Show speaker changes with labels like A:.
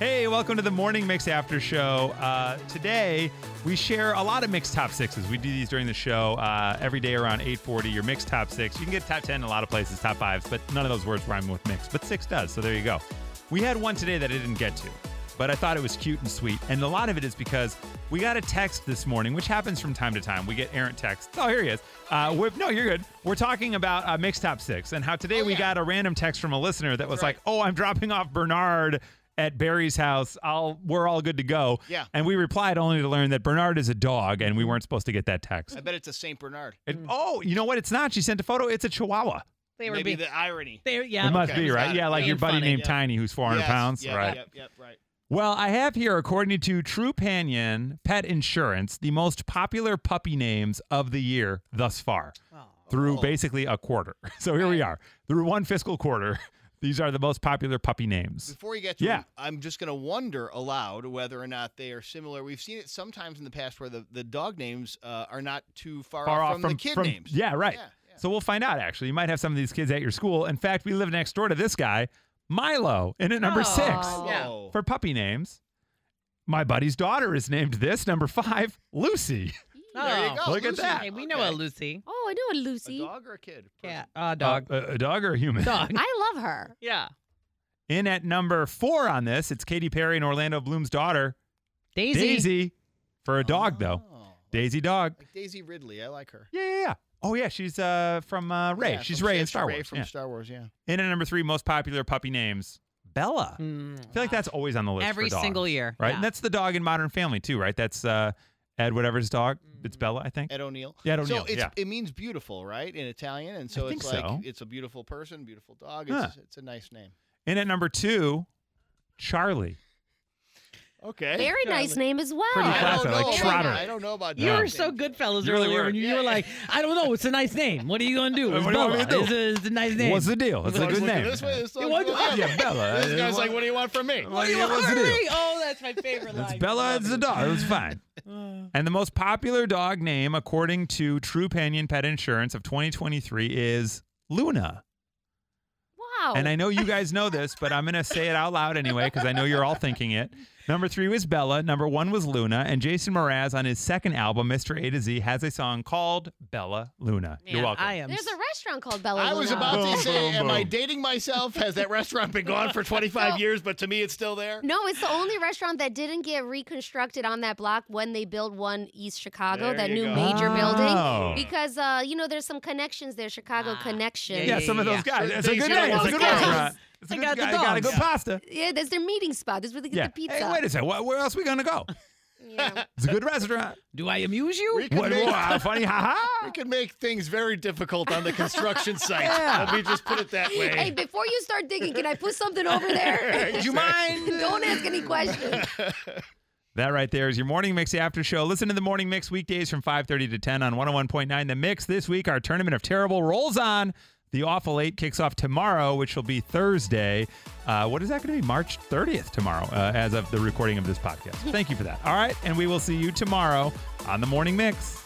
A: Hey, welcome to the Morning Mix After Show. Uh, today, we share a lot of mixed top sixes. We do these during the show uh, every day around 8.40, your mixed top six. You can get top 10 in a lot of places, top fives, but none of those words rhyme with mix, but six does, so there you go. We had one today that I didn't get to, but I thought it was cute and sweet, and a lot of it is because we got a text this morning, which happens from time to time. We get errant texts. Oh, here he is. Uh, Whip, no, you're good. We're talking about uh, mixed top six and how today
B: Oh,
A: we
B: yeah.
A: got a random text from a listener that was
B: Right.
A: like, oh, I'm dropping off Bernard at Barry's house. I'll we're all good to go.
B: Yeah.
A: And we replied only to learn that Bernard is a dog and we weren't supposed to get that text.
B: I bet it's a Saint Bernard.
A: It- oh, you know what? It's not. She sent a photo. It's a chihuahua.
C: They were
B: Maybe
C: being,
B: the irony.
C: they, yeah,
A: it must
B: okay.
A: be, right?
B: Got it.
A: Yeah, like
C: Being
A: your buddy
C: funny,
A: named
B: yeah.
A: Tiny who's 400
B: Yes,
A: pounds,
B: yep,
A: right?
B: Yep, yep, right.
A: Well, I have here, according to True Panion Pet Insurance, the most popular puppy names of the year thus far through
B: Oh.
A: basically a quarter. So here we are. Through one fiscal quarter, these are the most popular puppy names.
B: Before you get to
A: Yeah.
B: them, I'm just going to wonder aloud whether or not they are similar. We've seen it sometimes in the past where the, the dog names uh, are not too far,
A: far
B: off,
A: off
B: from, the kid names.
A: Yeah, right.
B: Yeah, yeah.
A: So we'll find out. Actually, you might have some of these kids at your school. In fact, we live next door to this guy, Milo, in at number
C: Aw.
A: six
C: Yeah.
B: Oh.
A: for puppy names. My buddy's daughter is named this. Number five, Lucy.
B: There you
C: Oh.
B: go.
A: Look at
B: Lucy.
A: that.
C: Hey, we know a
B: Okay.
C: Lucy.
D: Oh, I know a
B: A
D: Lucy.
B: dog or a kid?
C: Yeah,
B: Person.
C: uh, dog.
A: Uh, a dog or a human?
C: dog.
D: I love her.
C: yeah.
A: In at number four on this, it's Katy Perry and Orlando Bloom's daughter,
C: Daisy.
A: Daisy, for a dog though.
B: Oh.
A: Daisy dog.
B: Like Daisy Ridley. I like her.
A: Yeah, yeah, yeah. Oh yeah, she's uh from uh, Ray.
B: Yeah,
A: she's
B: from
A: Ray in
B: Star-
A: Star
B: Ray
A: Wars.
B: from
A: yeah.
B: Star Wars, yeah.
A: In at number three, most popular puppy names, Bella.
C: Mm.
A: I feel like that's always on the list.
C: Every
A: for dogs,
C: single year,
A: right?
C: yeah.
A: And that's the dog in Modern Family too, right? That's uh, Ed whatever's dog. It's Bella, I think.
B: Mm. Ed O'Neill.
A: Yeah, Ed O'Neill,
B: So it's,
A: yeah.
B: it means beautiful, right, in Italian, and so
A: think
B: it's like
A: so.
B: it's a beautiful person, beautiful dog. It's, it's a nice name.
A: In at number two, Charlie.
B: Okay.
D: Very nice name as well.
A: Pretty
B: I
A: classic,
B: don't
A: like
B: know about-
A: Trotter.
B: I don't know about
C: You
B: dog
C: were
B: names,
C: so
B: though.
C: good, fellas,
A: You really
C: earlier
A: were.
C: when you
B: Yeah,
C: were
B: yeah.
C: like, I don't know, it's a nice name. What are you gonna do?
A: What
C: It's
A: do you want me
C: Bella.
A: to do?
C: It's a, it's a nice name.
A: What's the deal? That's a
B: Dog's
A: good
B: looking
A: name.
B: This way, this dog's
C: what-
B: looking that
A: yeah,
B: way.
A: Bella.
B: This guy's like, "What do you want from me?"
C: What do you
A: Yeah,
C: want
A: what's the
C: from
A: deal?
C: me? Oh, that's my favorite line. Uh,
A: It's Bella. It's a dog. It was fine.
C: dog.
A: And the most popular dog name, according to True Panion Pet Insurance of 2023, is Luna.
D: wow.
C: Oh.
A: And I know you guys know this, but I'm going to say it out loud anyway because I know you're all thinking it. Number three was Bella. Number one was Luna. And Jason Mraz on his second album, Mr. A to Z, has a song called Bella Luna. you're welcome.
C: I am.
D: There's a restaurant called Bella
B: I was
D: Luna.
B: about
A: Boom,
B: to say,
A: boom,
B: "Am I
A: boom.
B: dating myself? Has that restaurant been gone for 25 years? But to me, it's still there."
D: No, it's the only restaurant that didn't get reconstructed on that block when they built one East Chicago,
B: There
D: that
B: you
D: new
B: go.
D: major
A: Oh.
D: building. Because uh, you know, there's some connections there, Chicago
C: Ah,
D: connections.
A: yeah, some of those guys.
B: Yeah.
A: It's a good
B: Things you
A: name. It's
B: don't
A: a good
D: want to
A: restaurant.
C: guess.
A: It's a
C: They
A: good
C: got the
A: guy. Got a
C: dogs.
A: good pasta.
D: Yeah, that's their meeting spot. That's where they get
A: Yeah.
D: the pizza.
A: Hey, wait a second. Where else we going to go?
D: Yeah.
A: It's a good restaurant.
C: Do I amuse you?
B: We could,
A: what,
B: make,
A: wow, funny. Ha
B: we
A: ha.
B: could make things very difficult on the construction site.
A: Yeah.
B: Let me just put it that way.
D: hey, before you start digging, can I put something over there?
A: Would you mind?
D: Don't ask any questions.
A: That right there is your morning mix after show. Listen to the morning mix weekdays from 5:30 to 10 on 101.9 The Mix. This week our tournament of terrible rolls on. The awful 8 kicks off tomorrow, which will be Thursday. Uh, what is that going to be? March 30th tomorrow uh, as of the recording of this podcast. Thank you for that. All right, and we will see you tomorrow on the morning mix.